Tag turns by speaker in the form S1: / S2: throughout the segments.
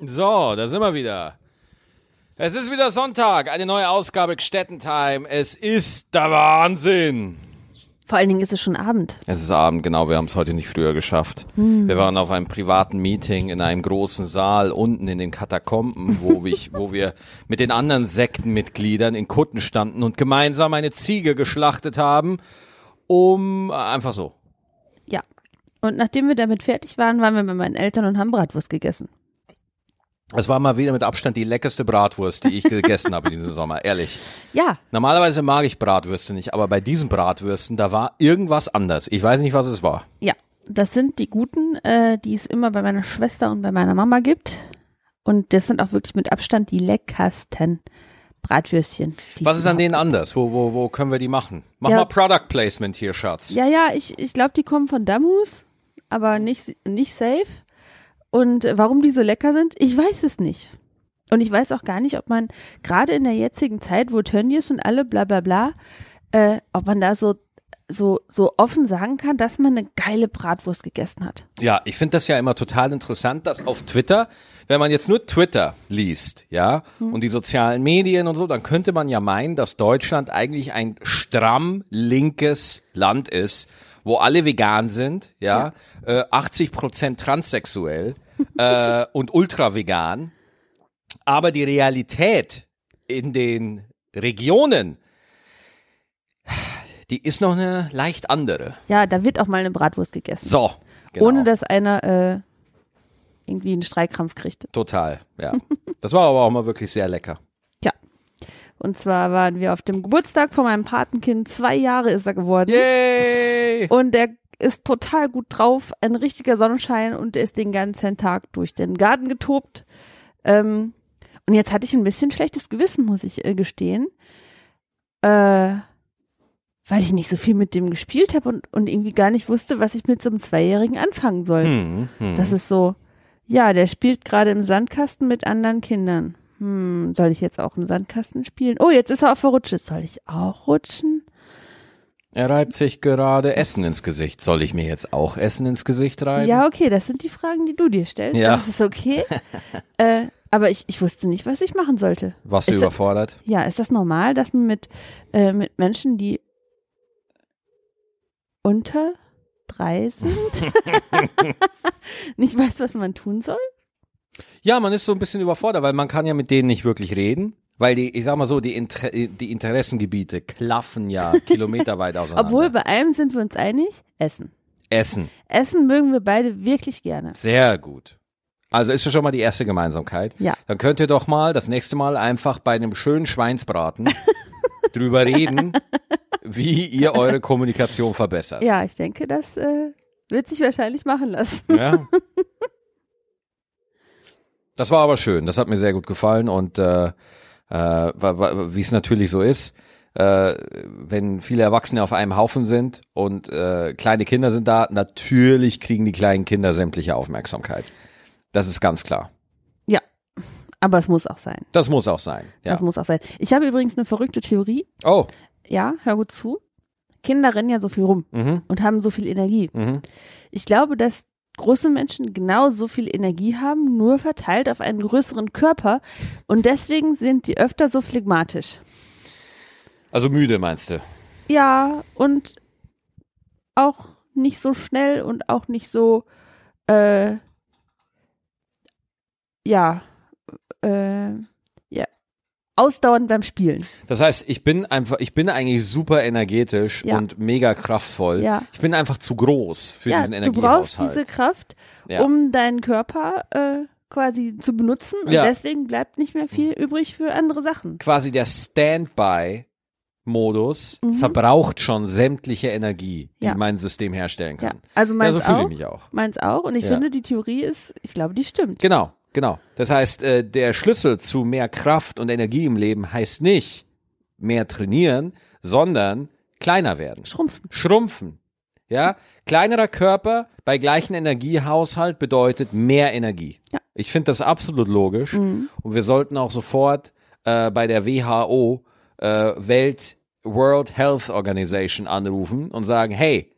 S1: So, da sind wir wieder. Es ist wieder Sonntag, eine neue Ausgabe Gstettentime. Es ist der Wahnsinn.
S2: Vor allen Dingen ist es schon Abend.
S1: Es ist Abend, genau, wir haben es heute nicht früher geschafft. Wir waren auf einem privaten Meeting in einem großen Saal unten in den Katakomben, wo, ich, wo wir mit den anderen Sektenmitgliedern in Kutten standen und gemeinsam eine Ziege geschlachtet haben, um äh, einfach so.
S2: Ja. Und nachdem wir damit fertig waren, waren wir bei meinen Eltern und haben Bratwurst gegessen.
S1: Es war mal wieder mit Abstand die leckerste Bratwurst, die ich gegessen habe diesen Sommer, ehrlich.
S2: Ja.
S1: Normalerweise mag ich Bratwürste nicht, aber bei diesen Bratwürsten, da war irgendwas anders. Ich weiß nicht, was es war.
S2: Ja. Das sind die guten, äh, die es immer bei meiner Schwester und bei meiner Mama gibt. Und das sind auch wirklich mit Abstand die leckersten Bratwürstchen. die
S1: Was
S2: es
S1: ist an
S2: überhaupt-
S1: denen anders? Wo, wo, wo können wir die machen? Mach
S2: Ja.
S1: mal Product Placement hier, Schatz.
S2: Ja, ja, ich, ich glaube, die kommen von Damus, aber nicht, nicht safe. Und äh, warum die so lecker sind, ich weiß es nicht. Und ich weiß auch gar nicht, ob man gerade in der jetzigen Zeit, wo Tönnies und alle bla bla bla, äh, ob man da so, so, so offen sagen kann, dass man eine geile Bratwurst gegessen hat.
S1: Ja, ich finde das ja immer total interessant, dass auf Twitter, wenn man jetzt nur Twitter liest, ja,
S2: Hm.
S1: und die sozialen Medien und so, dann könnte man ja meinen, dass Deutschland eigentlich ein stramm linkes Land ist, wo alle vegan sind, ja, Äh, 80 Prozent transsexuell äh, und ultra vegan. Aber die Realität in den Regionen, die ist noch eine leicht andere.
S2: Ja, da wird auch mal eine Bratwurst gegessen.
S1: So. Genau.
S2: Ohne dass einer äh, irgendwie einen Streikkrampf kriegt.
S1: Total, ja. Das war aber auch mal wirklich sehr lecker.
S2: Ja. Und zwar waren wir auf dem Geburtstag von meinem Patenkind. Zwei Jahre ist er geworden.
S1: Yay!
S2: Und der ist total gut drauf, ein richtiger Sonnenschein und der ist den ganzen Tag durch den Garten getobt. Ähm, und jetzt hatte ich ein bisschen schlechtes Gewissen, muss ich äh, gestehen. Äh, weil ich nicht so viel mit dem gespielt habe und, und irgendwie gar nicht wusste, was ich mit so einem Zweijährigen anfangen soll.
S1: Hm, hm.
S2: Das ist so, ja, der spielt gerade im Sandkasten mit anderen Kindern. Hm, soll ich jetzt auch im Sandkasten spielen? Oh, jetzt ist er auf der Rutsche. Soll ich auch rutschen?
S1: Er reibt sich gerade Essen ins Gesicht. Soll ich mir jetzt auch Essen ins Gesicht reiben?
S2: Ja, okay, das sind die Fragen, die du dir stellst.
S1: Ja.
S2: Das ist okay. äh, aber ich, ich wusste nicht, was ich machen sollte.
S1: Warst du
S2: Ist-
S1: überfordert?
S2: Ja, ist das normal, dass man mit, äh, mit Menschen, die unter drei sind, nicht weiß, was man tun soll?
S1: Ja, man ist so ein bisschen überfordert, weil man kann ja mit denen nicht wirklich reden. Weil die, ich sag mal so, die, Inter die Interessengebiete klaffen ja kilometerweit auseinander.
S2: Obwohl, bei allem sind wir uns einig, Essen.
S1: Essen,
S2: Essen mögen wir beide wirklich gerne.
S1: sehr gut. Also ist ja schon mal die erste Gemeinsamkeit.
S2: Ja.
S1: Dann könnt ihr doch mal das nächste Mal einfach bei einem schönen Schweinsbraten drüber reden, wie ihr eure Kommunikation verbessert.
S2: Ja, ich denke, das äh, wird sich wahrscheinlich machen lassen.
S1: Ja. Das war aber schön. Das hat mir sehr gut gefallen und äh, äh, wa- wa- wie es natürlich so ist, äh, wenn viele Erwachsene auf einem Haufen sind und äh, kleine Kinder sind da, natürlich kriegen die kleinen Kinder sämtliche Aufmerksamkeit. Das ist ganz klar.
S2: Aber es muss auch sein.
S1: Das muss auch sein. Ja.
S2: Das muss auch sein. Ich habe übrigens eine verrückte Theorie.
S1: Oh,
S2: Ja, hör gut zu. Kinder rennen ja so viel rum
S1: mhm,
S2: und haben so viel Energie.
S1: mhm.
S2: Ich glaube, dass große Menschen genau so viel Energie haben, nur verteilt auf einen größeren Körper. Und deswegen sind die öfter so phlegmatisch.
S1: Also müde meinst du?
S2: Ja, und auch nicht so schnell und auch nicht so, äh, ja, äh, ja, ausdauernd beim Spielen.
S1: Das heißt, ich bin einfach, ich bin eigentlich super energetisch
S2: Ja.
S1: und mega kraftvoll.
S2: Ja.
S1: Ich bin einfach zu groß für
S2: ja,
S1: diesen
S2: du brauchst
S1: Energiehaushalt.
S2: diese Kraft,
S1: Ja.
S2: um deinen Körper äh, quasi zu benutzen und
S1: Ja. Mhm.
S2: deswegen bleibt nicht mehr viel übrig für andere Sachen.
S1: quasi der Standby-Modus verbraucht schon sämtliche Energie, die
S2: Mhm. Ja.
S1: mein System herstellen
S2: Ja,
S1: kann.
S2: also meins
S1: so fühle ich
S2: auch.
S1: mich auch.
S2: Meins auch und ich
S1: Ja.
S2: finde, die Theorie ist, ich glaube, die stimmt.
S1: Genau, genau. Das heißt, äh, der Schlüssel zu mehr Kraft und Energie im Leben heißt nicht mehr trainieren, sondern kleiner werden,
S2: Schrumpfen.
S1: schrumpfen. Ja, kleinerer Körper bei gleichem Energiehaushalt bedeutet mehr Energie.
S2: Ja.
S1: Ich finde das absolut logisch und wir sollten auch sofort äh, bei der WHO äh, Welt World Health Organization anrufen und sagen, hey,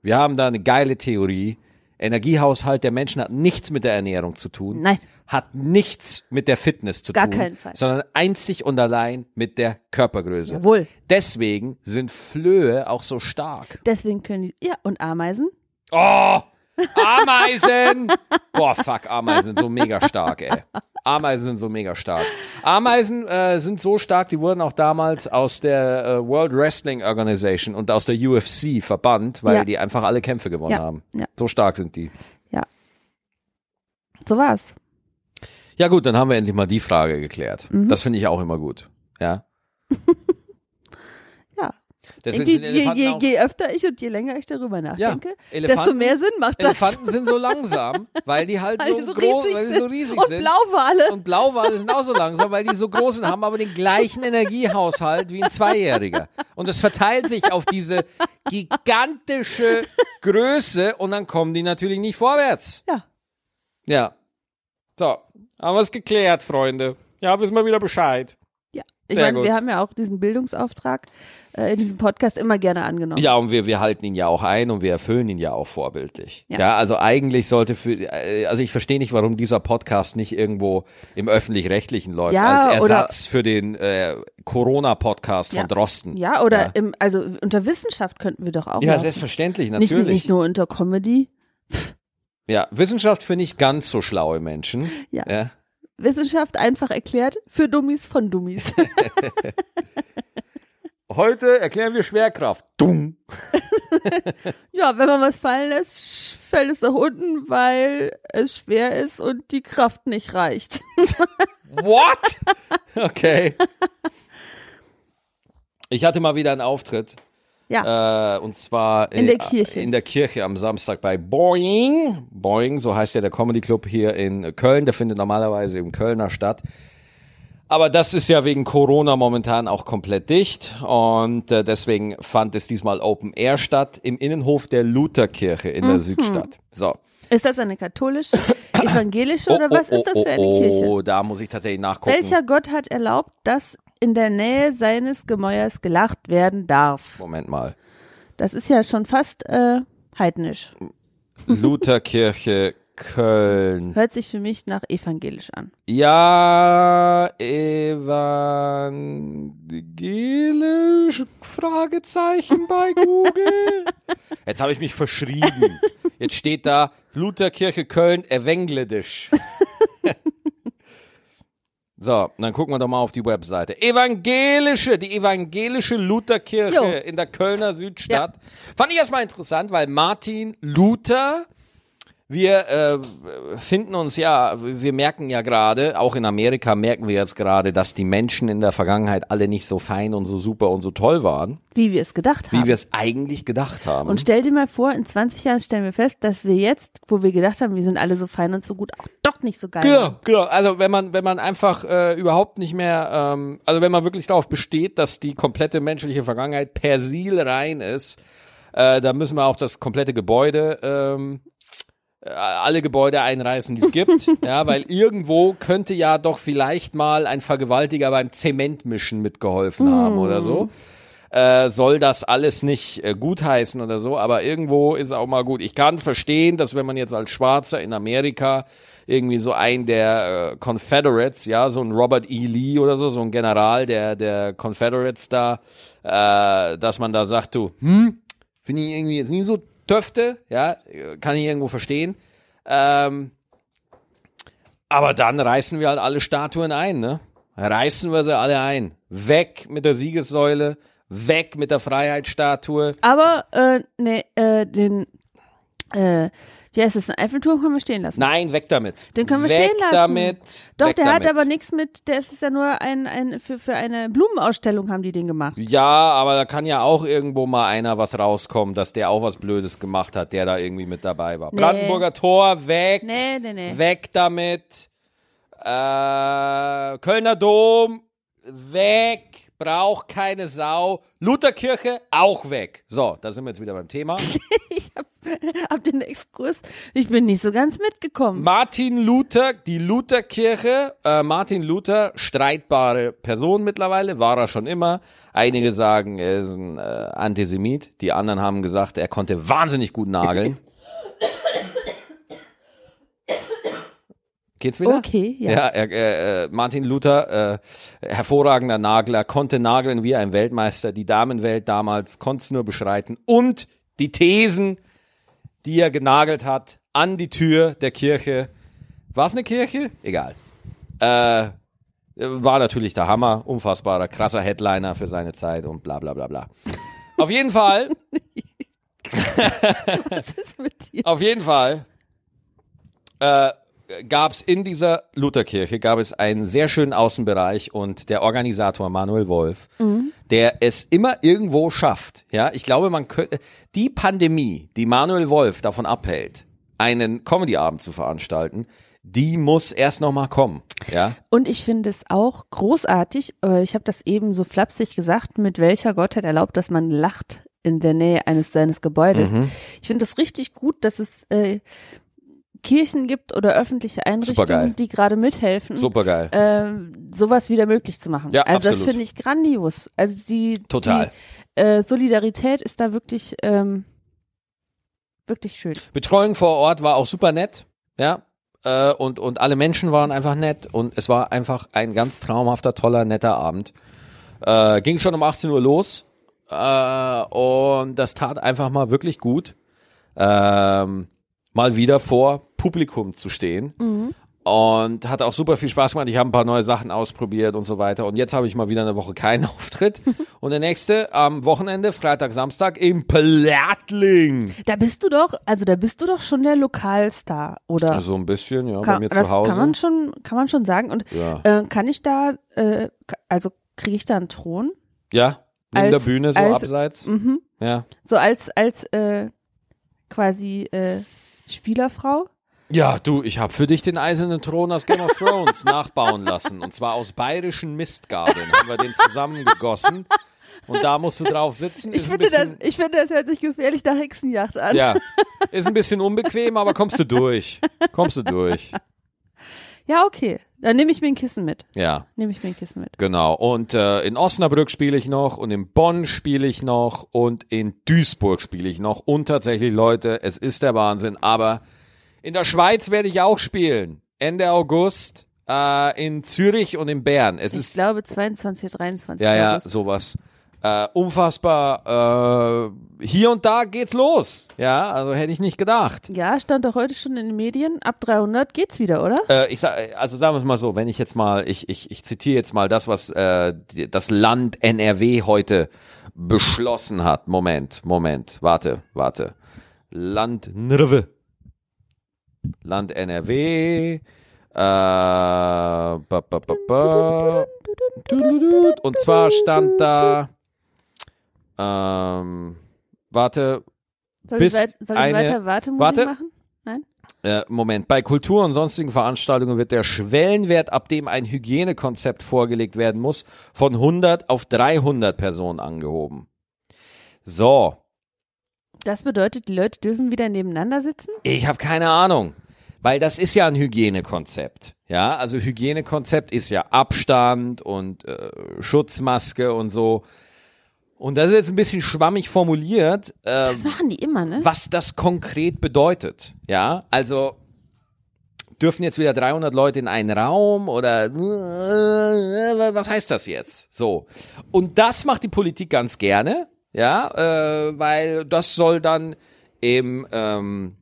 S1: wir haben da eine geile Theorie. Energiehaushalt der Menschen hat nichts mit der Ernährung zu tun.
S2: Nein.
S1: Hat nichts mit der Fitness zu
S2: Gar
S1: tun.
S2: keinen Fall.
S1: Sondern einzig und allein mit der Körpergröße.
S2: Jawohl.
S1: Deswegen sind Flöhe auch so stark.
S2: Deswegen können die, ja, und Ameisen?
S1: Oh! Ameisen! Boah, fuck, Ameisen sind so mega stark, ey. Ameisen sind so mega stark. Ameisen äh, sind so stark, die wurden auch damals aus der äh, World Wrestling Organization und aus der UFC verbannt, weil
S2: Ja.
S1: die einfach alle Kämpfe gewonnen
S2: Ja,
S1: haben.
S2: ja.
S1: So stark sind die.
S2: So war's.
S1: Ja gut, dann haben wir endlich mal die Frage geklärt.
S2: Mhm.
S1: Das finde ich auch immer gut. Ja.
S2: Ja.
S1: Deswegen
S2: Irgendwie,
S1: sind
S2: je,
S1: Elefanten
S2: je,
S1: auch,
S2: je öfter ich und je länger ich darüber nachdenke, desto
S1: Elefanten-
S2: mehr Sinn macht das.
S1: Elefanten sind so langsam, weil die halt
S2: Weil
S1: so,
S2: die so
S1: groß,
S2: riesig
S1: weil die
S2: sind
S1: so riesig
S2: und
S1: sind.
S2: Blauwale.
S1: und Blauwale sind auch so langsam, weil die so großen haben, aber den gleichen Energiehaushalt wie ein Zweijähriger. Und es verteilt sich auf diese gigantische Größe und dann kommen die natürlich nicht vorwärts.
S2: Ja.
S1: Ja. So, haben wir es geklärt, Freunde. Ja, wissen wir wieder Bescheid.
S2: Ja, ich
S1: Sehr
S2: meine, wir
S1: gut.
S2: haben ja auch diesen Bildungsauftrag äh, in diesem Podcast immer gerne angenommen.
S1: Ja, und wir, wir halten ihn ja auch ein und wir erfüllen ihn ja auch vorbildlich. Ja,
S2: Ja.
S1: also eigentlich sollte für, äh, also ich verstehe nicht, warum dieser Podcast nicht irgendwo im Öffentlich-Rechtlichen läuft,
S2: Ja,
S1: als
S2: oder-
S1: Ersatz für den äh, Corona-Podcast
S2: Ja.
S1: von Drosten.
S2: Ja, oder
S1: Ja.
S2: Im, also unter Wissenschaft könnten wir doch auch
S1: Ja,
S2: laufen.
S1: selbstverständlich,
S2: nicht,
S1: natürlich.
S2: nicht nur unter Comedy.
S1: Ja, Wissenschaft für nicht ganz so schlaue Menschen.
S2: Ja.
S1: ja.
S2: Wissenschaft einfach erklärt für Dummies von Dummies.
S1: Heute erklären wir Schwerkraft. Dumm.
S2: ja, wenn man was fallen lässt, sch- fällt es nach unten, weil es schwer ist und die Kraft nicht reicht.
S1: What? Okay. Ich hatte mal wieder einen Auftritt.
S2: Ja,
S1: Äh, und zwar
S2: In der Kirche.
S1: in der Kirche am Samstag bei Boing. Boing, so heißt ja der Comedy Club hier in Köln. Der findet normalerweise im Kölner statt. Aber das ist ja wegen Corona momentan auch komplett dicht. Und äh, deswegen fand es diesmal Open Air statt im Innenhof der Lutherkirche in
S2: Mhm.
S1: der Südstadt. So.
S2: ist das eine katholische, evangelische oder was ist das für eine
S1: oh,
S2: Kirche?
S1: Oh, da muss ich tatsächlich nachgucken.
S2: Welcher Gott hat erlaubt, dass in der Nähe seines Gemäuers gelacht werden darf?
S1: Moment mal.
S2: Das ist ja schon fast äh, heidnisch.
S1: Lutherkirche Köln.
S2: Hört sich für mich nach evangelisch an.
S1: Ja, evangelisch? Fragezeichen bei Google. Jetzt habe ich mich verschrieben. Jetzt steht da Lutherkirche Köln evanglisch. So, dann gucken wir doch mal auf die Webseite. Evangelische, die evangelische Lutherkirche
S2: Jo.
S1: in der Kölner Südstadt. Fand ich erstmal interessant, weil Martin Luther wir äh, finden uns ja, wir merken ja gerade, auch in Amerika merken wir jetzt gerade, dass die Menschen in der Vergangenheit alle nicht so fein und so super und so toll waren,
S2: Wie wir es gedacht haben.
S1: wie wir es eigentlich gedacht haben.
S2: und stell dir mal vor, in 20 Jahren stellen wir fest, dass wir jetzt, wo wir gedacht haben, wir sind alle so fein und so gut, auch doch nicht so geil.
S1: Genau, genau. Also wenn man, wenn man einfach äh, überhaupt nicht mehr, ähm, also wenn man wirklich darauf besteht, dass die komplette menschliche Vergangenheit persil rein ist, äh, da müssen wir auch das komplette Gebäude, ähm, äh, alle Gebäude einreißen, die es gibt. ja, weil irgendwo könnte ja doch vielleicht mal ein Vergewaltiger beim Zementmischen mitgeholfen haben oder so. Äh, soll das alles nicht äh, gutheißen oder so, aber irgendwo ist auch mal gut. Ich kann verstehen, dass wenn man jetzt als Schwarzer in Amerika irgendwie so ein der äh, Confederates, ja, so ein Robert E. Lee oder so, so ein General der, der Confederates da, äh, dass man da sagt, du, hm, finde ich irgendwie jetzt nie so töfte, ja, äh, kann ich irgendwo verstehen. Ähm, aber dann reißen wir halt alle Statuen ein, ne? Reißen wir sie alle ein. Weg mit der Siegessäule, weg mit der Freiheitsstatue.
S2: Aber, äh, nee, äh, den, äh, wie heißt es, den Eiffelturm können wir stehen lassen.
S1: Nein, weg damit.
S2: Den können wir
S1: weg
S2: stehen lassen.
S1: Damit,
S2: Doch,
S1: weg
S2: der
S1: damit.
S2: hat aber nichts mit, der ist ja nur ein, ein für, für eine Blumenausstellung haben die den gemacht.
S1: Ja, aber da kann ja auch irgendwo mal einer was rauskommen, dass der auch was Blödes gemacht hat, der da irgendwie mit dabei war.
S2: Nee.
S1: Brandenburger Tor, weg.
S2: Nee, nee, nee.
S1: Weg damit. Äh, Kölner Dom, weg. Braucht keine Sau. Lutherkirche, auch weg. So, da sind wir jetzt wieder beim Thema.
S2: Ich hab, hab den Exkurs, ich bin nicht so ganz mitgekommen.
S1: Martin Luther, die Lutherkirche. Äh, Martin Luther, streitbare Person mittlerweile, war er schon immer. Einige sagen, er ist ein äh, Antisemit. Die anderen haben gesagt, er konnte wahnsinnig gut nageln. Geht's wieder?
S2: Okay, ja.
S1: er, äh, äh, Martin Luther, äh, hervorragender Nagler, konnte nageln wie ein Weltmeister, die Damenwelt damals, konnte es nur beschreiten. Und die Thesen, die er genagelt hat, an die Tür der Kirche. War es eine Kirche? Egal. Äh, war natürlich der Hammer, unfassbarer, krasser Headliner für seine Zeit und bla bla bla bla. Auf jeden Fall,
S2: Was ist mit dir?
S1: auf jeden Fall äh, gab es in dieser Lutherkirche gab es einen sehr schönen Außenbereich und der Organisator Manuel Wolf, der es immer irgendwo schafft. Ja, ich glaube, man könnte die Pandemie, die Manuel Wolf davon abhält, einen Comedy-Abend zu veranstalten, die muss erst noch mal kommen. Ja.
S2: Und ich finde es auch großartig, äh, ich habe das eben so flapsig gesagt, mit welcher Gottheit erlaubt, dass man lacht in der Nähe eines seines Gebäudes.
S1: Mhm.
S2: Ich finde es richtig gut, dass es äh, Kirchen gibt oder öffentliche Einrichtungen,
S1: Supergeil.
S2: die gerade mithelfen,
S1: Supergeil.
S2: ähm, sowas wieder möglich zu machen.
S1: Ja,
S2: also das
S1: absolut.
S2: finde ich grandios. Also die,
S1: Total.
S2: die äh, Solidarität ist da wirklich, ähm, wirklich schön.
S1: Betreuung vor Ort war auch super nett, ja. Äh, und, und alle Menschen waren einfach nett und es war einfach ein ganz traumhafter, toller, netter Abend. Äh, ging schon um 18 Uhr los äh, und das tat einfach mal wirklich gut, ähm, mal wieder vor Publikum zu stehen. Und hat auch super viel Spaß gemacht. Ich habe ein paar neue Sachen ausprobiert und so weiter. Und jetzt habe ich mal wieder eine Woche keinen Auftritt. Und der nächste am Wochenende, Freitag, Samstag, im Plattling.
S2: Da bist du doch, also da bist du doch schon der Lokalstar, oder?
S1: So Also ein bisschen, ja, bei
S2: Kann,
S1: mir
S2: das
S1: zu Hause.
S2: kann man schon, kann man schon sagen. Und
S1: Ja.
S2: äh, kann ich da, äh, k- also kriege ich da einen Thron?
S1: ja, neben
S2: als-
S1: der Bühne, so
S2: als-
S1: abseits. Ja.
S2: So als als äh, quasi äh, Spielerfrau?
S1: ja, du, ich habe für dich den eisernen Thron aus Game of Thrones nachbauen lassen. Und zwar aus bayerischen Mistgabeln. Haben wir den zusammengegossen. Und da musst du drauf sitzen.
S2: Ich
S1: ist ein
S2: finde, das,
S1: bisschen,
S2: ich finde, das hört sich gefährlich nach Hexenjacht an.
S1: Ja, ist ein bisschen unbequem, aber kommst du durch. Kommst du durch.
S2: Ja, okay. Dann nehme ich mir ein Kissen mit.
S1: Ja.
S2: Nehme ich mir ein Kissen mit.
S1: Genau. Und äh, in Osnabrück spiele ich noch und in Bonn spiele ich noch und in Duisburg spiele ich noch. Und tatsächlich, Leute, es ist der Wahnsinn. Aber in der Schweiz werde ich auch spielen. Ende August äh, in Zürich und in Bern. Es
S2: Ich
S1: ist
S2: glaube 22, 23.
S1: ja, ja,
S2: August.
S1: sowas. Äh, unfassbar. Äh, hier und da geht's los. Ja, also hätte ich nicht gedacht.
S2: ja, stand doch heute schon in den Medien. Ab 300 geht's wieder, oder?
S1: Äh, ich sag, also sagen wir es mal so, wenn ich jetzt mal, ich, ich, ich zitiere jetzt mal das, was äh, die, das Land NRW heute beschlossen hat. Moment, Moment, warte, warte. Land NRW. Land NRW. Äh, ba, ba, ba, ba. Und zwar stand da, ähm, warte,
S2: Soll
S1: Bis
S2: ich, weit, soll ich
S1: eine-
S2: weiter Wartemusik
S1: Warte.
S2: machen? Nein?
S1: äh, Moment, bei Kultur und sonstigen Veranstaltungen wird der Schwellenwert, ab dem ein Hygienekonzept vorgelegt werden muss, von 100 auf 300 Personen angehoben. So,
S2: Das bedeutet, die Leute dürfen wieder nebeneinander sitzen?
S1: ich habe keine Ahnung, weil das ist ja ein Hygienekonzept. Ja, also Hygienekonzept ist ja Abstand und äh, Schutzmaske und so. Und das ist jetzt ein bisschen schwammig formuliert. Äh,
S2: Das machen die immer, ne?
S1: was das konkret bedeutet. Ja, also dürfen jetzt wieder 300 Leute in einen Raum oder äh, was heißt das jetzt? So. Und das macht die Politik ganz gerne, ja, äh, weil das soll dann im ähm,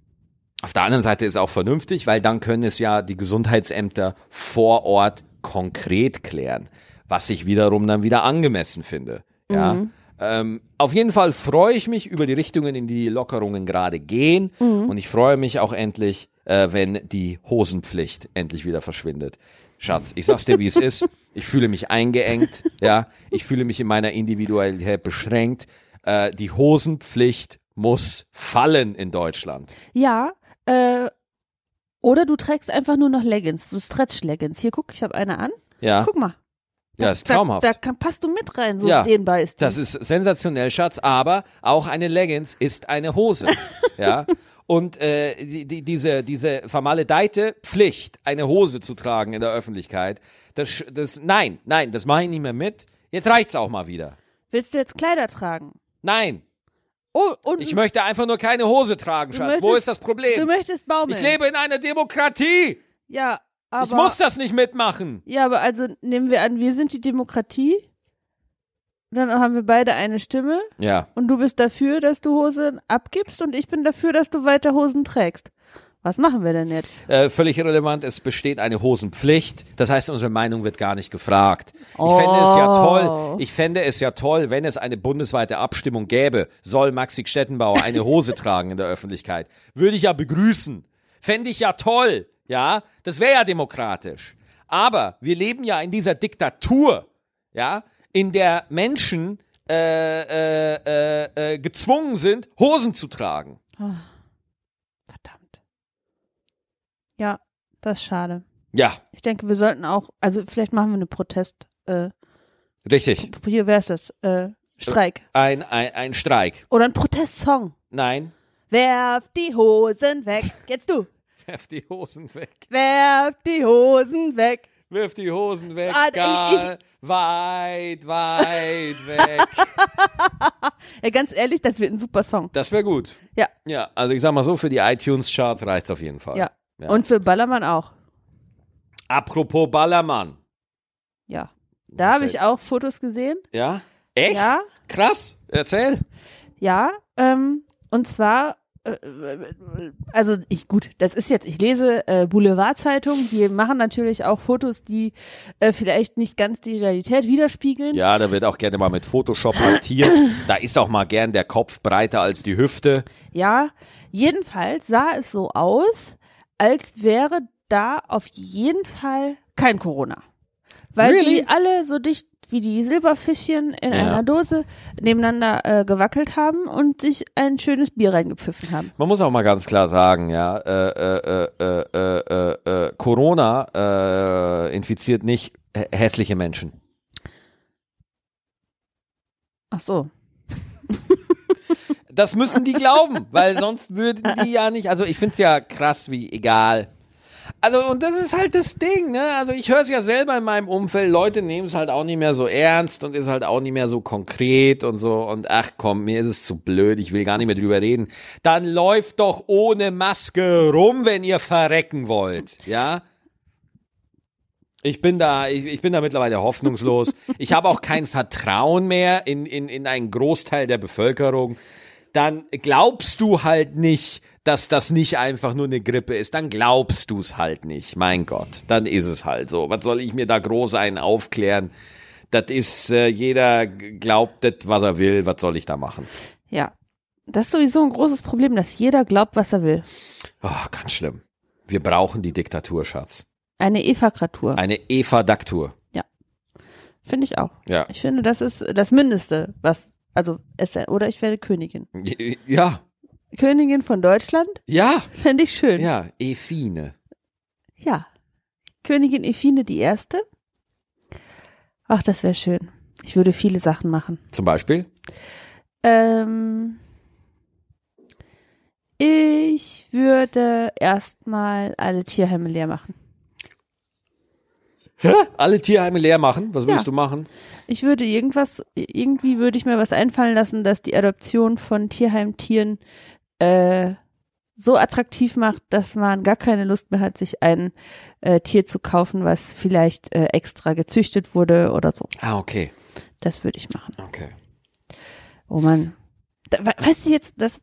S1: auf der anderen Seite ist auch vernünftig, weil dann können es ja die Gesundheitsämter vor Ort konkret klären, was ich wiederum dann wieder angemessen finde. Ja. Ähm, auf jeden Fall freue ich mich über die Richtungen, in die die Lockerungen gerade gehen. Und ich freue mich auch endlich, äh, wenn die Hosenpflicht endlich wieder verschwindet. Schatz, ich sag's dir, wie es ist. Ich fühle mich eingeengt. Ja, ich fühle mich in meiner Individualität beschränkt. Äh, die Hosenpflicht muss fallen in Deutschland.
S2: Ja, äh, oder du trägst einfach nur noch Leggings, so Stretch-Leggings. Hier, guck, ich habe eine an.
S1: Ja.
S2: Guck mal.
S1: Ah. Ja, ist traumhaft.
S2: Da, da kann, passt du mit rein, so
S1: Ja,
S2: dehnbar ist die.
S1: Das ist sensationell, Schatz, aber auch eine Leggings ist eine Hose. ja. Und äh, die, die, diese, diese vermaledeite Pflicht, eine Hose zu tragen in der Öffentlichkeit, das, sch- das nein, nein, das mache ich nicht mehr mit. Jetzt reicht's auch mal wieder.
S2: Willst du jetzt Kleider tragen?
S1: Nein,
S2: Oh, und
S1: ich möchte einfach nur keine Hose tragen, Schatz. Wo
S2: möchtest-
S1: ist das
S2: du
S1: Problem?
S2: möchtest baumeln.
S1: Ich lebe in einer Demokratie.
S2: Ja, Aber,
S1: ich muss das nicht mitmachen.
S2: Ja, aber also nehmen wir an, wir sind die Demokratie. Dann haben wir beide eine Stimme.
S1: Ja.
S2: Und du bist dafür, dass du Hosen abgibst und ich bin dafür, dass du weiter Hosen trägst. Was machen wir denn jetzt?
S1: Äh, völlig irrelevant, es besteht eine Hosenpflicht. Das heißt, unsere Meinung wird gar nicht gefragt.
S2: Oh.
S1: Ich fände es ja toll, ich fände es ja toll, wenn es eine bundesweite Abstimmung gäbe, soll Maxi Stettenbauer eine Hose tragen in der Öffentlichkeit. Würde ich ja begrüßen. Fände ich ja toll, ja? Das wäre ja demokratisch. Aber wir leben ja in dieser Diktatur, ja, in der Menschen äh, äh, äh, äh, gezwungen sind, Hosen zu tragen.
S2: Verdammt. Ja, das ist schade.
S1: Ja,
S2: Ich denke, wir sollten auch, also vielleicht machen wir eine Protest. Äh,
S1: richtig.
S2: hier wäre es das. Äh, Streik.
S1: Ein, ein, ein Streik.
S2: Oder ein Protestsong.
S1: Nein.
S2: Werf die Hosen weg. Jetzt du.
S1: Werf die Hosen weg.
S2: Werf die Hosen weg.
S1: Wirf die Hosen weg.
S2: Ah, ich-
S1: Karl. Weit, weit weg.
S2: Ja, ganz ehrlich, das wird ein super Song.
S1: Das wäre gut.
S2: Ja.
S1: Ja, also ich sag mal so, für die iTunes-Charts reicht's auf jeden Fall.
S2: Ja.
S1: Ja.
S2: Und für Ballermann auch.
S1: Apropos Ballermann.
S2: Ja. Da habe ich auch Fotos gesehen.
S1: Ja? Echt?
S2: Ja.
S1: Krass. Erzähl.
S2: Ja. Ähm, und zwar, äh, äh, also ich, gut, das ist jetzt, ich lese äh, Boulevardzeitung. Die machen natürlich auch Fotos, die äh, vielleicht nicht ganz die Realität widerspiegeln.
S1: Ja, da wird auch gerne mal mit Photoshop hantiert. Da ist auch mal gern der Kopf breiter als die Hüfte.
S2: Ja, jedenfalls sah es so aus, als wäre da auf jeden Fall kein Corona. Weil
S1: Really?
S2: die alle so dicht wie die Silberfischchen in
S1: Ja.
S2: einer Dose nebeneinander äh, gewackelt haben und sich ein schönes Bier reingepfiffen haben.
S1: Man muss auch mal ganz klar sagen, ja, äh, äh, äh, äh, äh, äh, Corona äh, infiziert nicht hä- hässliche Menschen.
S2: Ach so.
S1: Das müssen die glauben, weil sonst würden die ja nicht. Also ich find's ja krass, wie egal. Also und das ist halt das Ding, ne? Also ich höre es ja selber in meinem Umfeld. Leute nehmen es halt auch nicht mehr so ernst und ist halt auch nicht mehr so konkret und so. Und ach komm, mir ist es zu blöd. Ich will gar nicht mehr drüber reden. Dann läuft doch ohne Maske rum, wenn ihr verrecken wollt, ja? Ich bin da, ich, ich bin da mittlerweile hoffnungslos. Ich habe auch kein Vertrauen mehr in, in, in einen Großteil der Bevölkerung. Dann glaubst du halt nicht, dass das nicht einfach nur eine Grippe ist. Dann glaubst du es halt nicht. Mein Gott, dann ist es halt so. Was soll ich mir da groß einen aufklären? Das ist, äh, jeder g- glaubt das, was er will. Was soll ich da machen?
S2: Ja. Das ist sowieso ein großes Problem, dass jeder glaubt, was er will.
S1: Oh, ganz schlimm. Wir brauchen die Diktatur, Schatz.
S2: Eine Evakratur.
S1: Eine Eva-Daktur.
S2: Finde ich auch.
S1: Ja.
S2: Ich finde, das ist das Mindeste, was, also, es, oder ich werde Königin.
S1: Ja.
S2: Königin von Deutschland?
S1: Ja.
S2: Fände ich schön.
S1: Ja. Efine.
S2: Ja. Königin Ephine die Erste. Ach, das wäre schön. Ich würde viele Sachen machen.
S1: Zum Beispiel?
S2: Ähm, ich würde erstmal alle Tierheime leer machen.
S1: Alle Tierheime leer machen? Was willst du machen?
S2: Ich würde irgendwas, irgendwie würde ich mir was einfallen lassen, dass die Adoption von Tierheimtieren äh, so attraktiv macht, dass man gar keine Lust mehr hat, sich ein äh, Tier zu kaufen, was vielleicht äh, extra gezüchtet wurde oder so.
S1: Ah, okay.
S2: Das würde ich machen.
S1: Okay.
S2: Oh Mann. Da, we- weißt du jetzt, das,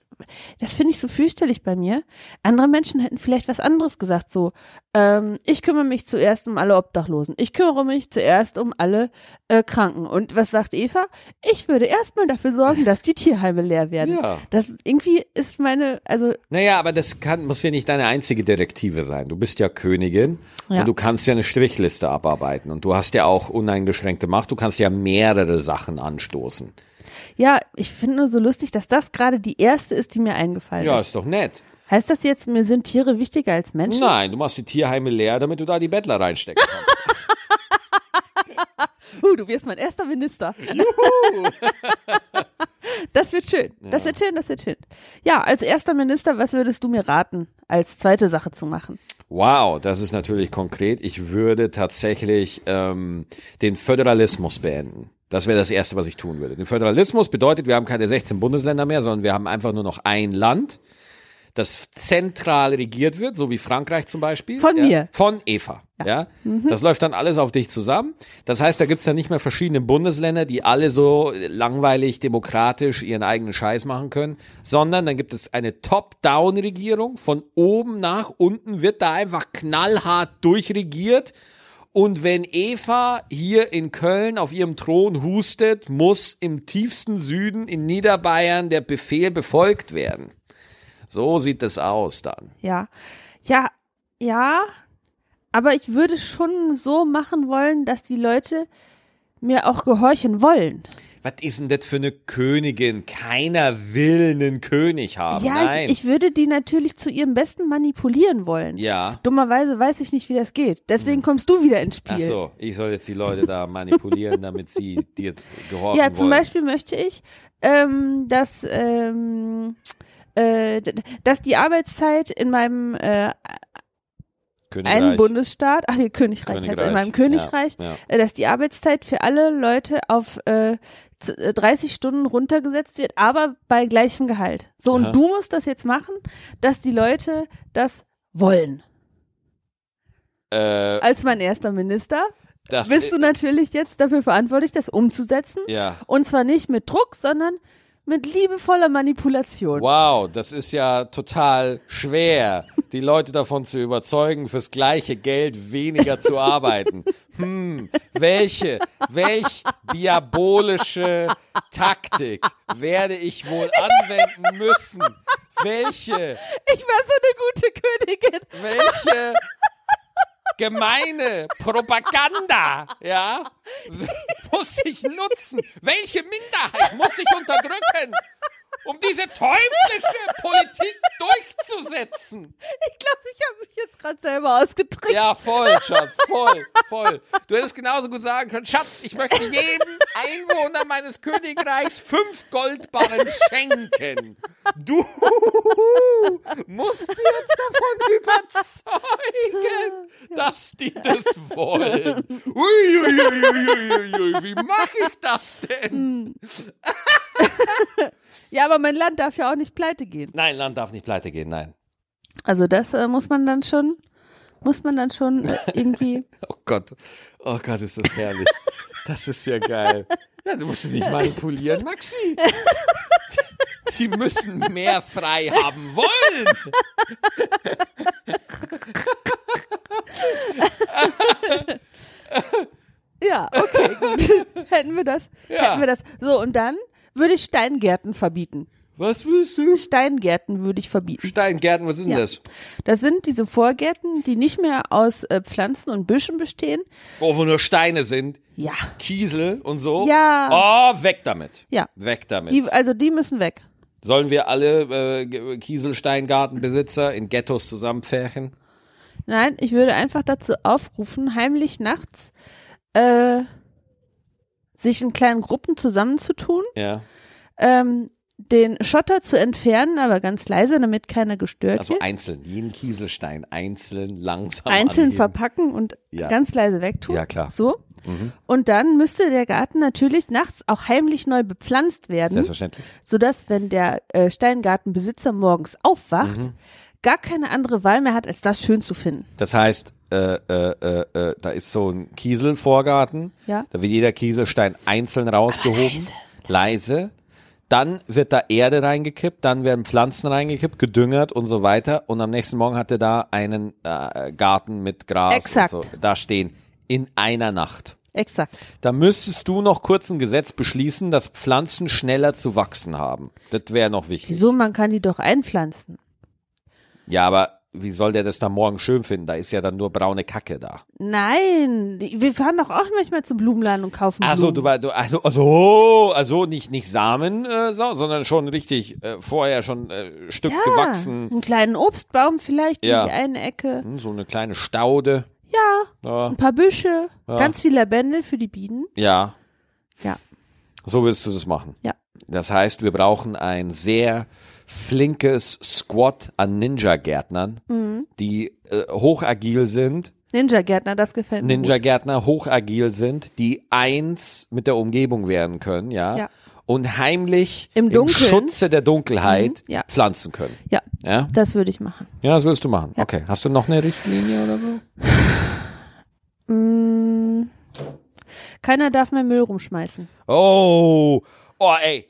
S2: das finde ich so fürchterlich bei mir. Andere Menschen hätten vielleicht was anderes gesagt, so, ähm, ich kümmere mich zuerst um alle Obdachlosen. Ich kümmere mich zuerst um alle äh, Kranken. Und was sagt Eva? Ich würde erstmal dafür sorgen, dass die Tierheime leer werden.
S1: Ja.
S2: Das irgendwie ist meine, also
S1: Naja, aber das kann, muss ja nicht deine einzige Direktive sein. Du bist ja Königin
S2: Ja.
S1: und du kannst ja eine Strichliste abarbeiten und du hast ja auch uneingeschränkte Macht. Du kannst ja mehrere Sachen anstoßen.
S2: ja, ich finde nur so lustig, dass das gerade die erste ist, die mir eingefallen
S1: Ja,
S2: ist.
S1: ist doch nett.
S2: Heißt das jetzt, mir sind Tiere wichtiger als Menschen?
S1: Nein, du machst die Tierheime leer, damit du da die Bettler reinstecken kannst.
S2: Uh, du wirst mein erster Minister. das wird schön. Das wird schön, das wird schön. Ja, als erster Minister, was würdest du mir raten, als zweite Sache zu machen?
S1: wow, das ist natürlich konkret. Ich würde tatsächlich ähm, den Föderalismus beenden. Das wäre das Erste, was ich tun würde. Den Föderalismus bedeutet, wir haben keine 16 Bundesländer mehr, sondern wir haben einfach nur noch ein Land. das zentral regiert wird, so wie Frankreich zum Beispiel.
S2: Von
S1: ja,
S2: mir. Mhm.
S1: Von Eva. Ja. Das läuft dann alles auf dich zusammen. Das heißt, da gibt's dann nicht mehr verschiedene Bundesländer, die alle so langweilig, demokratisch ihren eigenen Scheiß machen können, sondern dann gibt es eine Top-Down-Regierung. Von oben nach unten wird da einfach knallhart durchregiert. Und wenn Eva hier in Köln auf ihrem Thron hustet, muss im tiefsten Süden in Niederbayern der Befehl befolgt werden. So sieht es aus dann.
S2: Ja. Ja, ja. Aber ich würde schon so machen wollen, dass die Leute mir auch gehorchen wollen.
S1: Was ist denn das für eine Königin? Keiner will einen König haben.
S2: ja,
S1: Nein.
S2: ich, ich würde die natürlich zu ihrem Besten manipulieren wollen.
S1: ja. Hm.
S2: Dummerweise weiß ich nicht, wie das geht. Deswegen kommst du wieder ins Spiel.
S1: Ach so, ich soll jetzt die Leute da manipulieren, damit sie dir gehorchen
S2: Ja, zum
S1: wollen.
S2: Beispiel möchte ich, ähm, dass, ähm, äh, d- d- dass die Arbeitszeit in meinem äh,
S1: Königreich.
S2: einen Bundesstaat, ach hier Königreich, heißt
S1: Königreich.
S2: in meinem Königreich,
S1: Ja, ja.
S2: äh, dass die Arbeitszeit für alle Leute auf äh, z- äh, 30 Stunden runtergesetzt wird, aber bei gleichem Gehalt. So,
S1: Aha.
S2: und du musst das jetzt machen, dass die Leute das wollen.
S1: Äh,
S2: Als mein erster Minister
S1: das
S2: bist Also, du natürlich jetzt dafür verantwortlich, das umzusetzen.
S1: Ja.
S2: Und zwar nicht mit Druck, sondern mit liebevoller Manipulation.
S1: Wow, das ist ja total schwer, die Leute davon zu überzeugen, fürs gleiche Geld weniger zu arbeiten. Hm, welche, welch diabolische Taktik werde ich wohl anwenden müssen? Welche,
S2: Ich war so eine gute Königin.
S1: welche gemeine Propaganda, ja, muss ich nutzen? Welche Minderheit muss ich unterdrücken? Um diese teuflische Politik durchzusetzen.
S2: Ich glaube, ich habe mich jetzt gerade selber ausgetrickst.
S1: Ja, voll, Schatz, voll, voll. Du hättest genauso gut sagen können, Schatz, ich möchte jedem Einwohner meines Königreichs fünf Goldbarren schenken. Du musst sie jetzt davon überzeugen, dass die das wollen. Uiuiuiuiui, wie mache ich das denn?
S2: Ja, aber mein Land darf ja auch nicht pleite gehen.
S1: Nein, Land darf nicht pleite gehen, nein.
S2: Also das äh, muss man dann schon, muss man dann schon äh, irgendwie.
S1: Oh Gott, oh Gott, ist das herrlich. Das ist ja geil. Ja, du musst sie nicht manipulieren, Maxi. Die müssen mehr frei haben wollen.
S2: Ja, okay, gut. hätten wir das.
S1: Ja.
S2: Hätten wir das. So, und dann würde ich Steingärten verbieten.
S1: Was willst du?
S2: Steingärten würde ich verbieten.
S1: Steingärten, was ist denn
S2: Ja.
S1: das?
S2: Das sind diese Vorgärten, die nicht mehr aus äh, Pflanzen und Büschen bestehen.
S1: Oh, wo nur Steine sind,
S2: Ja.
S1: Kiesel und so.
S2: Ja.
S1: Oh, weg damit.
S2: Ja.
S1: Weg damit.
S2: Die, also die müssen weg.
S1: Sollen wir alle äh, G- Kieselsteingartenbesitzer in Ghettos zusammenpferchen?
S2: Nein, ich würde einfach dazu aufrufen, heimlich nachts äh, sich in kleinen Gruppen zusammenzutun,
S1: Ja.
S2: ähm, den Schotter zu entfernen, aber ganz leise, damit keiner gestört
S1: Also
S2: wird.
S1: einzeln, jeden Kieselstein einzeln, langsam.
S2: Einzeln
S1: anheben.
S2: verpacken und
S1: Ja.
S2: ganz leise wegtun.
S1: Ja, klar. Mhm.
S2: So. Und dann müsste der Garten natürlich nachts auch heimlich neu bepflanzt werden,
S1: Selbstverständlich.
S2: sodass, wenn der äh, Steingartenbesitzer morgens aufwacht,
S1: Mhm.
S2: gar keine andere Wahl mehr hat, als das schön zu finden.
S1: Das heißt, äh, äh, äh, äh, da ist so ein Kieselvorgarten.
S2: Ja.
S1: Da wird jeder Kieselstein einzeln rausgehoben. Leise. Dann wird da Erde reingekippt, dann werden Pflanzen reingekippt, gedüngert und so weiter. Und am nächsten Morgen hat er da einen äh, Garten mit Gras
S2: Exakt.
S1: und so da stehen. In einer Nacht.
S2: Exakt.
S1: Da müsstest du noch kurz ein Gesetz beschließen, dass Pflanzen schneller zu wachsen haben. Das wäre noch wichtig.
S2: Wieso? Man kann die doch einpflanzen.
S1: Ja, aber wie soll der das da morgen schön finden? Da ist ja dann nur braune Kacke da.
S2: Nein, die- wir fahren doch auch manchmal zum Blumenladen und kaufen Blumen.
S1: Also du war du also also also nicht nicht Samen äh, so, sondern schon richtig äh, vorher schon äh, Stück
S2: ja,
S1: gewachsen,
S2: einen kleinen Obstbaum vielleicht
S1: Ja.
S2: in die eine Ecke.
S1: hm, so eine kleine Staude.
S2: Ja,
S1: Ja,
S2: ein paar Büsche,
S1: Ja.
S2: ganz viel Lavendel für die Bienen.
S1: ja,
S2: Ja,
S1: so willst du das machen.
S2: ja.
S1: Das heißt, wir brauchen ein sehr flinkes Squad an Ninja Gärtnern,
S2: Mhm.
S1: die äh, hochagil sind,
S2: Ninja-Gärtner, das gefällt mir.
S1: Ninja Gärtner hochagil sind, die eins mit der Umgebung werden können, ja.
S2: Ja.
S1: und heimlich
S2: Im Dunkeln.
S1: Schutze der Dunkelheit
S2: Mhm, ja.
S1: pflanzen können.
S2: Ja,
S1: Ja?
S2: das würde ich machen.
S1: ja, das würdest du machen.
S2: Ja.
S1: Okay. Hast du noch eine Richtlinie oder so?
S2: Mm. Keiner darf mehr Müll rumschmeißen.
S1: Oh, oh, ey.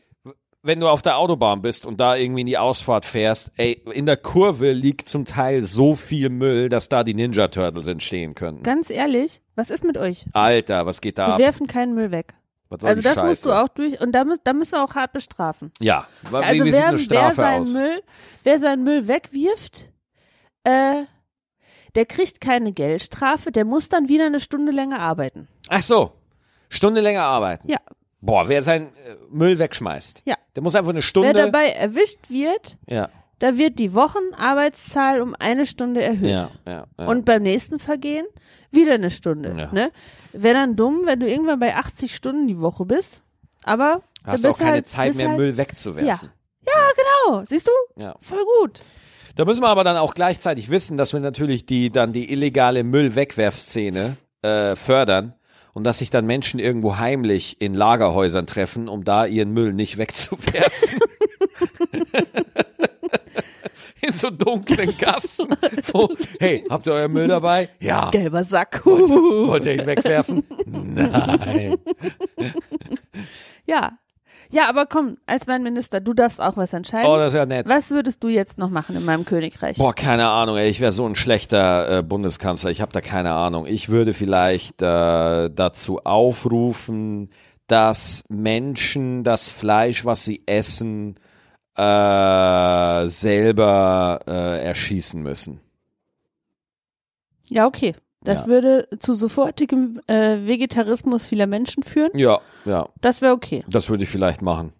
S1: Wenn du auf der Autobahn bist und da irgendwie in die Ausfahrt fährst, ey, in der Kurve liegt zum Teil so viel Müll, dass da die Ninja Turtles entstehen könnten.
S2: Ganz ehrlich, was ist mit euch?
S1: Alter, was geht da
S2: Wir
S1: ab?
S2: werfen keinen Müll weg.
S1: Was soll
S2: Also
S1: die
S2: das
S1: Scheiße?
S2: musst du auch durch und da, mü- da müssen wir auch hart bestrafen.
S1: Ja, weil
S2: Also
S1: wir
S2: wer,
S1: eine
S2: wer,
S1: Strafe
S2: seinen
S1: aus.
S2: Müll, wer seinen Müll wegwirft, äh, der kriegt keine Geldstrafe, der muss dann wieder eine Stunde länger arbeiten.
S1: Ach so, Stunde länger arbeiten.
S2: Ja.
S1: Boah, wer seinen äh, Müll wegschmeißt,
S2: Ja.
S1: der muss einfach eine Stunde.
S2: Wer dabei erwischt wird,
S1: ja,
S2: da wird die Wochenarbeitszahl um eine Stunde erhöht.
S1: ja, ja, ja.
S2: Und beim nächsten Vergehen wieder eine Stunde.
S1: Ja.
S2: Ne? Wäre dann dumm, wenn du irgendwann bei 80 Stunden die Woche bist. Aber
S1: hast
S2: du
S1: auch
S2: bist
S1: keine
S2: halt,
S1: Zeit
S2: bist
S1: mehr,
S2: halt,
S1: Müll wegzuwerfen.
S2: Oh, siehst du?
S1: Ja.
S2: Voll gut.
S1: Da müssen wir aber dann auch gleichzeitig wissen, dass wir natürlich die dann die illegale Müllwegwerfszene äh, fördern und dass sich dann Menschen irgendwo heimlich in Lagerhäusern treffen, um da ihren Müll nicht wegzuwerfen. in so dunklen Gassen. Wo, hey, habt ihr euren Müll dabei? Ja.
S2: Gelber Sack. Genau.
S1: Wollt ihr ihn wegwerfen? Nein.
S2: Ja. Ja, aber komm, als mein Minister, du darfst auch was entscheiden.
S1: Oh, das ist ja nett.
S2: Was würdest du jetzt noch machen in meinem Königreich?
S1: Boah, keine Ahnung, ey, ich wäre so ein schlechter äh, Bundeskanzler. Ich habe da keine Ahnung. Ich würde vielleicht äh, dazu aufrufen, dass Menschen das Fleisch, was sie essen, äh, selber äh, erschießen müssen.
S2: Ja, okay. Das
S1: Ja.
S2: würde zu sofortigem äh, Vegetarismus vieler Menschen führen.
S1: Ja, ja,
S2: Das wäre okay.
S1: das würde ich vielleicht machen.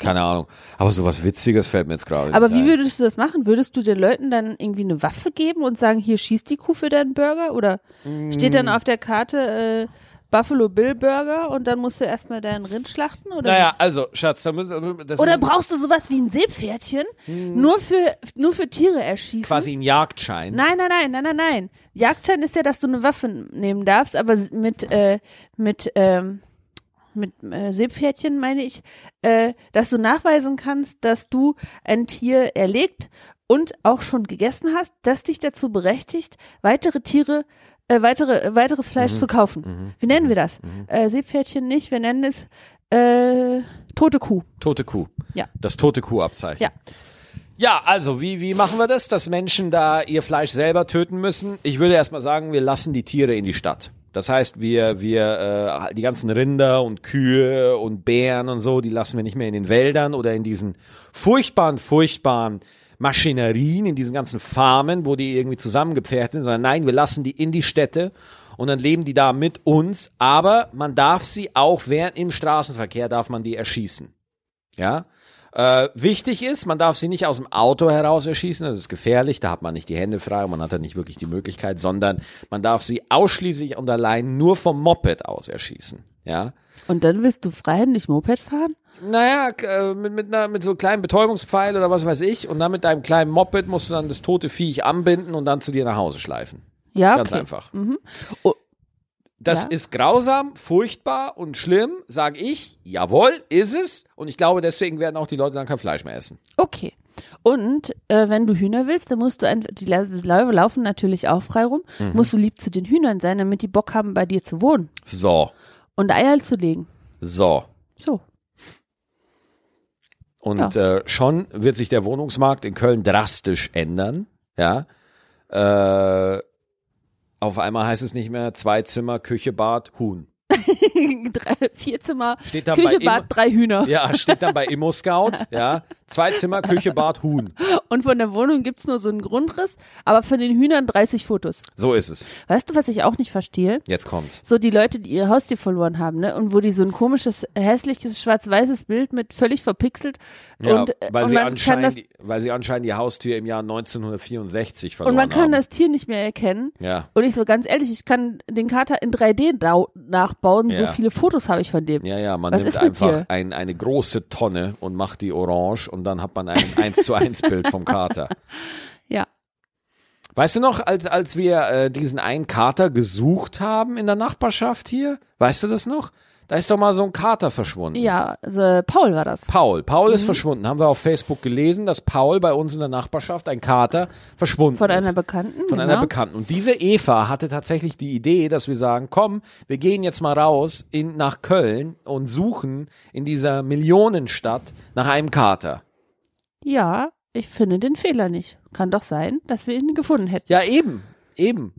S1: Keine Ahnung. Aber sowas Witziges fällt mir jetzt gerade
S2: Aber
S1: nicht
S2: wie
S1: ein.
S2: würdest du das machen? Würdest du den Leuten dann irgendwie eine Waffe geben und sagen, hier schießt die Kuh für deinen Burger? Oder
S1: Mm.
S2: steht dann auf der Karte äh, Buffalo Bill Burger und dann musst du erstmal deinen Rind schlachten? Oder,
S1: Naja, also, Schatz, da müssen das
S2: oder
S1: ist
S2: brauchst du sowas wie ein Seepferdchen? Nur, für, nur für Tiere erschießen?
S1: Mm. quasi ein Jagdschein.
S2: Nein, nein, nein, nein, nein, nein. Jagdschein ist ja, dass du eine Waffe nehmen darfst, aber mit, äh, mit, ähm, mit äh, Seepferdchen meine ich, äh, dass du nachweisen kannst, dass du ein Tier erlegt und auch schon gegessen hast, das dich dazu berechtigt, weitere Tiere, äh, weitere, äh, weiteres Fleisch
S1: Mhm.
S2: zu kaufen. Wie nennen wir das? Äh, Seepferdchen nicht, wir nennen es äh, tote Kuh.
S1: Tote Kuh.
S2: Ja.
S1: Das tote Kuh-Abzeichen.
S2: Ja.
S1: Ja, also, wie, wie machen wir das, dass Menschen da ihr Fleisch selber töten müssen? Ich würde erstmal sagen, wir lassen die Tiere in die Stadt. Das heißt, wir, wir, äh, die ganzen Rinder und Kühe und Bären und so, die lassen wir nicht mehr in den Wäldern oder in diesen furchtbaren, furchtbaren Maschinerien, in diesen ganzen Farmen, wo die irgendwie zusammengepfercht sind, sondern nein, wir lassen die in die Städte und dann leben die da mit uns, aber man darf sie auch während im Straßenverkehr darf man die erschießen. Ja. Äh, wichtig ist, man darf sie nicht aus dem Auto heraus erschießen, das ist gefährlich, da hat man nicht die Hände frei, man hat da nicht wirklich die Möglichkeit, sondern man darf sie ausschließlich und allein nur vom Moped aus erschießen. Ja.
S2: Und dann willst du freihändig Moped fahren?
S1: Naja, k- äh, mit, mit, einer, mit so einem kleinen Betäubungspfeil oder was weiß ich und dann mit deinem kleinen Moped musst du dann das tote Viech anbinden und dann zu dir nach Hause schleifen.
S2: Ja,
S1: Ganz
S2: okay.
S1: einfach.
S2: Mhm. Oh,
S1: Das
S2: Ja.
S1: ist grausam, furchtbar und schlimm, sage ich. Jawohl, ist es. Und ich glaube, deswegen werden auch die Leute dann kein Fleisch mehr essen.
S2: Okay. Und äh, wenn du Hühner willst, dann musst du ein, die la- Läu- laufen natürlich auch frei rum,
S1: Mhm.
S2: musst du lieb zu den Hühnern sein, damit die Bock haben, bei dir zu wohnen
S1: So,
S2: und Eier zu legen.
S1: so.
S2: So.
S1: Und äh, schon wird sich der Wohnungsmarkt in Köln drastisch ändern. Ja. Äh, auf einmal heißt es nicht mehr zwei Zimmer, Küche, Bad, Huhn.
S2: drei, vier Zimmer,
S1: Steht dann
S2: Küche,
S1: bei
S2: Bad, drei Hühner.
S1: Im, ja, steht dann bei ImmoScout. ja. Zwei Zimmer, Küche, Bad, Huhn.
S2: Und von der Wohnung gibt's nur so einen Grundriss, aber von den Hühnern 30 Fotos.
S1: So ist es.
S2: Weißt du, was ich auch nicht verstehe?
S1: Jetzt kommt's.
S2: So die Leute, die ihr Haustier verloren haben, ne? Und wo die so ein komisches, hässliches, schwarz-weißes Bild mit völlig verpixelt
S1: Ja,
S2: und, äh,
S1: weil,
S2: und
S1: sie
S2: man kann das
S1: anscheinend, weil sie anscheinend ihr Haustier im Jahr 1964 verloren
S2: und man kann
S1: haben.
S2: das Tier nicht mehr erkennen.
S1: ja,
S2: Und ich so ganz ehrlich, ich kann den Kater in 3D dau- nachbauen, so
S1: Ja.
S2: viele Fotos habe ich von dem.
S1: ja, ja, man
S2: Was
S1: nimmt
S2: ist mit
S1: einfach
S2: dir?
S1: ein, eine große Tonne und macht die orange und dann hat man ein 1 zu 1 Bild vom Kater.
S2: Ja.
S1: Weißt du noch, als, als wir äh, diesen einen Kater gesucht haben in der Nachbarschaft hier? Weißt du das noch? Da ist doch mal so ein Kater verschwunden.
S2: Ja, Mhm. also Paul war das.
S1: Paul. Paul ist verschwunden. Haben wir auf Facebook gelesen, dass Paul bei uns in der Nachbarschaft, ein Kater, verschwunden
S2: Von
S1: ist.
S2: einer Bekannten.
S1: Von
S2: genau.
S1: einer Bekannten. Und diese Eva hatte tatsächlich die Idee, dass wir sagen, komm, wir gehen jetzt mal raus in, nach Köln und suchen in dieser Millionenstadt nach einem Kater.
S2: Ja, ich finde den Fehler nicht. Kann doch sein, dass wir ihn gefunden hätten.
S1: Ja, eben. Eben.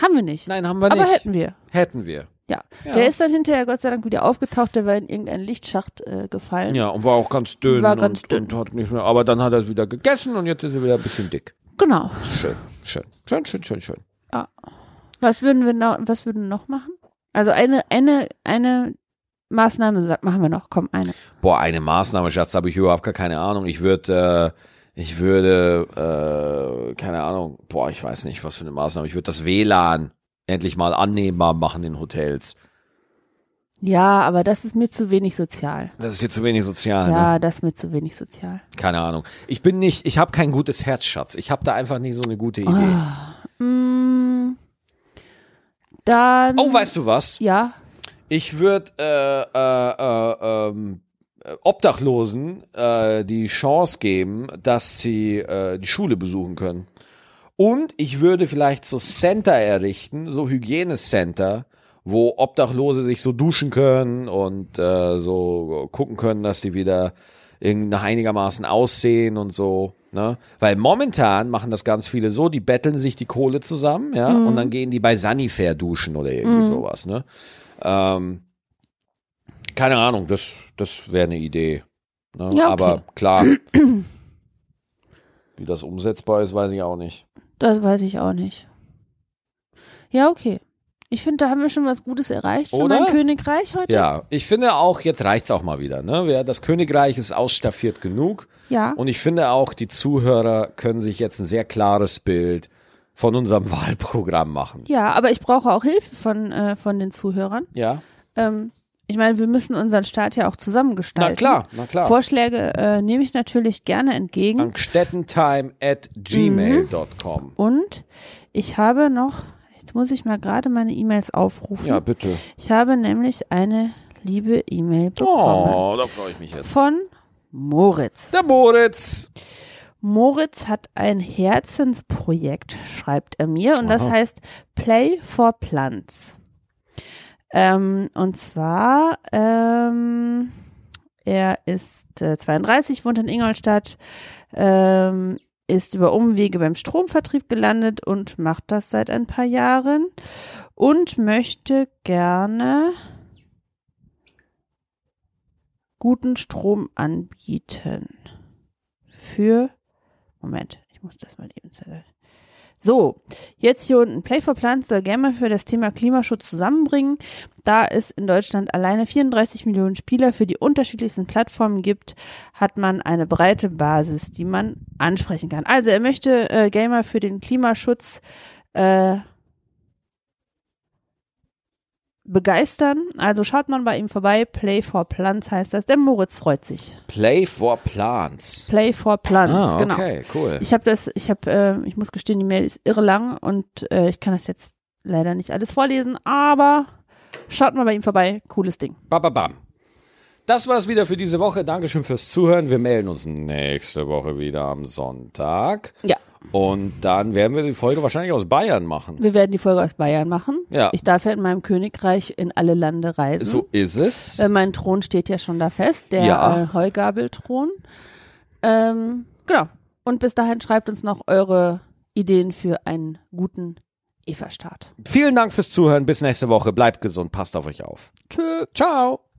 S2: Haben wir nicht.
S1: Nein, haben wir
S2: Aber
S1: nicht.
S2: hätten wir.
S1: Hätten wir.
S2: Ja.
S1: Ja.
S2: Der ist dann hinterher Gott sei Dank wieder aufgetaucht, der war in irgendeinen Lichtschacht äh, gefallen.
S1: Ja, und war auch ganz dünn,
S2: War ganz
S1: und,
S2: dünn.
S1: und hat nicht mehr. Aber dann hat er es wieder gegessen und jetzt ist er wieder ein bisschen dick.
S2: Genau.
S1: Schön, schön, schön, schön, schön, schön.
S2: Was würden wir noch, was würden wir noch machen? Also eine, eine, eine Maßnahme sa- machen wir noch. Komm, eine.
S1: Boah, eine Maßnahme, Schatz, da habe ich überhaupt gar keine Ahnung. Ich würde, äh, ich würde, äh, keine Ahnung, boah, ich weiß nicht, was für eine Maßnahme. Ich würde das WLAN endlich mal annehmbar machen in Hotels.
S2: Ja, aber das ist mir zu wenig sozial.
S1: Das ist jetzt zu wenig sozial. Ne?
S2: Ja, das ist mir zu wenig sozial.
S1: Keine Ahnung. Ich bin nicht, ich habe kein gutes Herz, Schatz. Ich habe da einfach nicht so eine gute Idee.
S2: Ah. Mm, dann.
S1: Oh, weißt du was?
S2: Ja.
S1: Ich würde äh, äh, äh, ähm, äh, Obdachlosen äh, die Chance geben, dass sie äh, die Schule besuchen können. Und ich würde vielleicht so Center errichten, so Hygienecenter, wo Obdachlose sich so duschen können und äh, so gucken können, dass sie wieder irgend- nach einigermaßen aussehen und so. Ne? Weil momentan machen das ganz viele so, die betteln sich die Kohle zusammen, ja, und dann gehen die bei Sanifair duschen oder irgendwie
S2: Mhm.
S1: sowas, ne? Ähm, keine Ahnung, das, das wäre eine Idee. Ne?
S2: Ja, okay.
S1: Aber klar, wie das umsetzbar ist, weiß ich auch nicht.
S2: Das weiß ich auch nicht. Ja, okay. Ich finde, da haben wir schon was Gutes erreicht für
S1: Oder?
S2: mein Königreich heute.
S1: Ja, ich finde auch, jetzt reicht's auch mal wieder. Ne? Wer- Das Königreich ist ausstaffiert genug.
S2: Ja.
S1: Und ich finde auch, die Zuhörer können sich jetzt ein sehr klares Bild von unserem Wahlprogramm machen.
S2: Ja, aber ich brauche auch Hilfe von, äh, von den Zuhörern.
S1: Ja,
S2: Ähm, ich meine, wir müssen unseren Staat ja auch zusammengestalten.
S1: na klar, na klar.
S2: Vorschläge äh, nehme ich natürlich gerne entgegen.
S1: Angstettentime at
S2: Mhm.
S1: gmail.com.
S2: Und ich habe noch, jetzt muss ich mal gerade meine E-Mails aufrufen.
S1: Ja, bitte.
S2: Ich habe nämlich eine liebe E-Mail bekommen
S1: Oh, da freue ich mich jetzt.
S2: von Moritz.
S1: Der Moritz.
S2: Moritz hat ein Herzensprojekt, schreibt er mir, und das
S1: Aha.
S2: heißt Play for Plants. Ähm, und zwar, ähm, er ist äh, 32, wohnt in Ingolstadt, ähm, ist über Umwege beim Stromvertrieb gelandet und macht das seit ein paar Jahren und möchte gerne guten Strom anbieten. Für, Moment, ich muss das mal eben. zer- So, jetzt hier unten. Play for Plants soll gerne für das Thema Klimaschutz zusammenbringen, da es in Deutschland alleine 34 Millionen Spieler für die unterschiedlichsten Plattformen gibt, hat man eine breite Basis, die man ansprechen kann. Also er möchte äh, Gamer für den Klimaschutz äh, begeistern. Also schaut man bei ihm vorbei. Play for Plants heißt das. Der Moritz freut sich.
S1: Play for Plants.
S2: Play for Plants,
S1: ah,
S2: genau.
S1: okay, cool.
S2: Ich habe das, ich habe, äh, ich muss gestehen, die Mail ist irre lang und äh, ich kann das jetzt leider nicht alles vorlesen, aber schaut mal bei ihm vorbei. Cooles Ding.
S1: Bababam. Das war's wieder für diese Woche. Dankeschön fürs Zuhören. Wir melden uns nächste Woche wieder am Sonntag.
S2: Ja.
S1: Und dann werden wir die Folge wahrscheinlich aus Bayern machen.
S2: Wir werden die Folge aus Bayern machen.
S1: Ja.
S2: Ich darf ja in meinem Königreich in alle Lande reisen.
S1: So ist es.
S2: Äh, mein Thron steht ja schon da fest, der
S1: Ja.
S2: äh, Heugabelthron. Ähm, genau. Und bis dahin schreibt uns noch eure Ideen für einen guten Eva-Start.
S1: Vielen Dank fürs Zuhören. Bis nächste Woche. Bleibt gesund. Passt auf euch auf.
S2: Tschö.
S1: Ciao.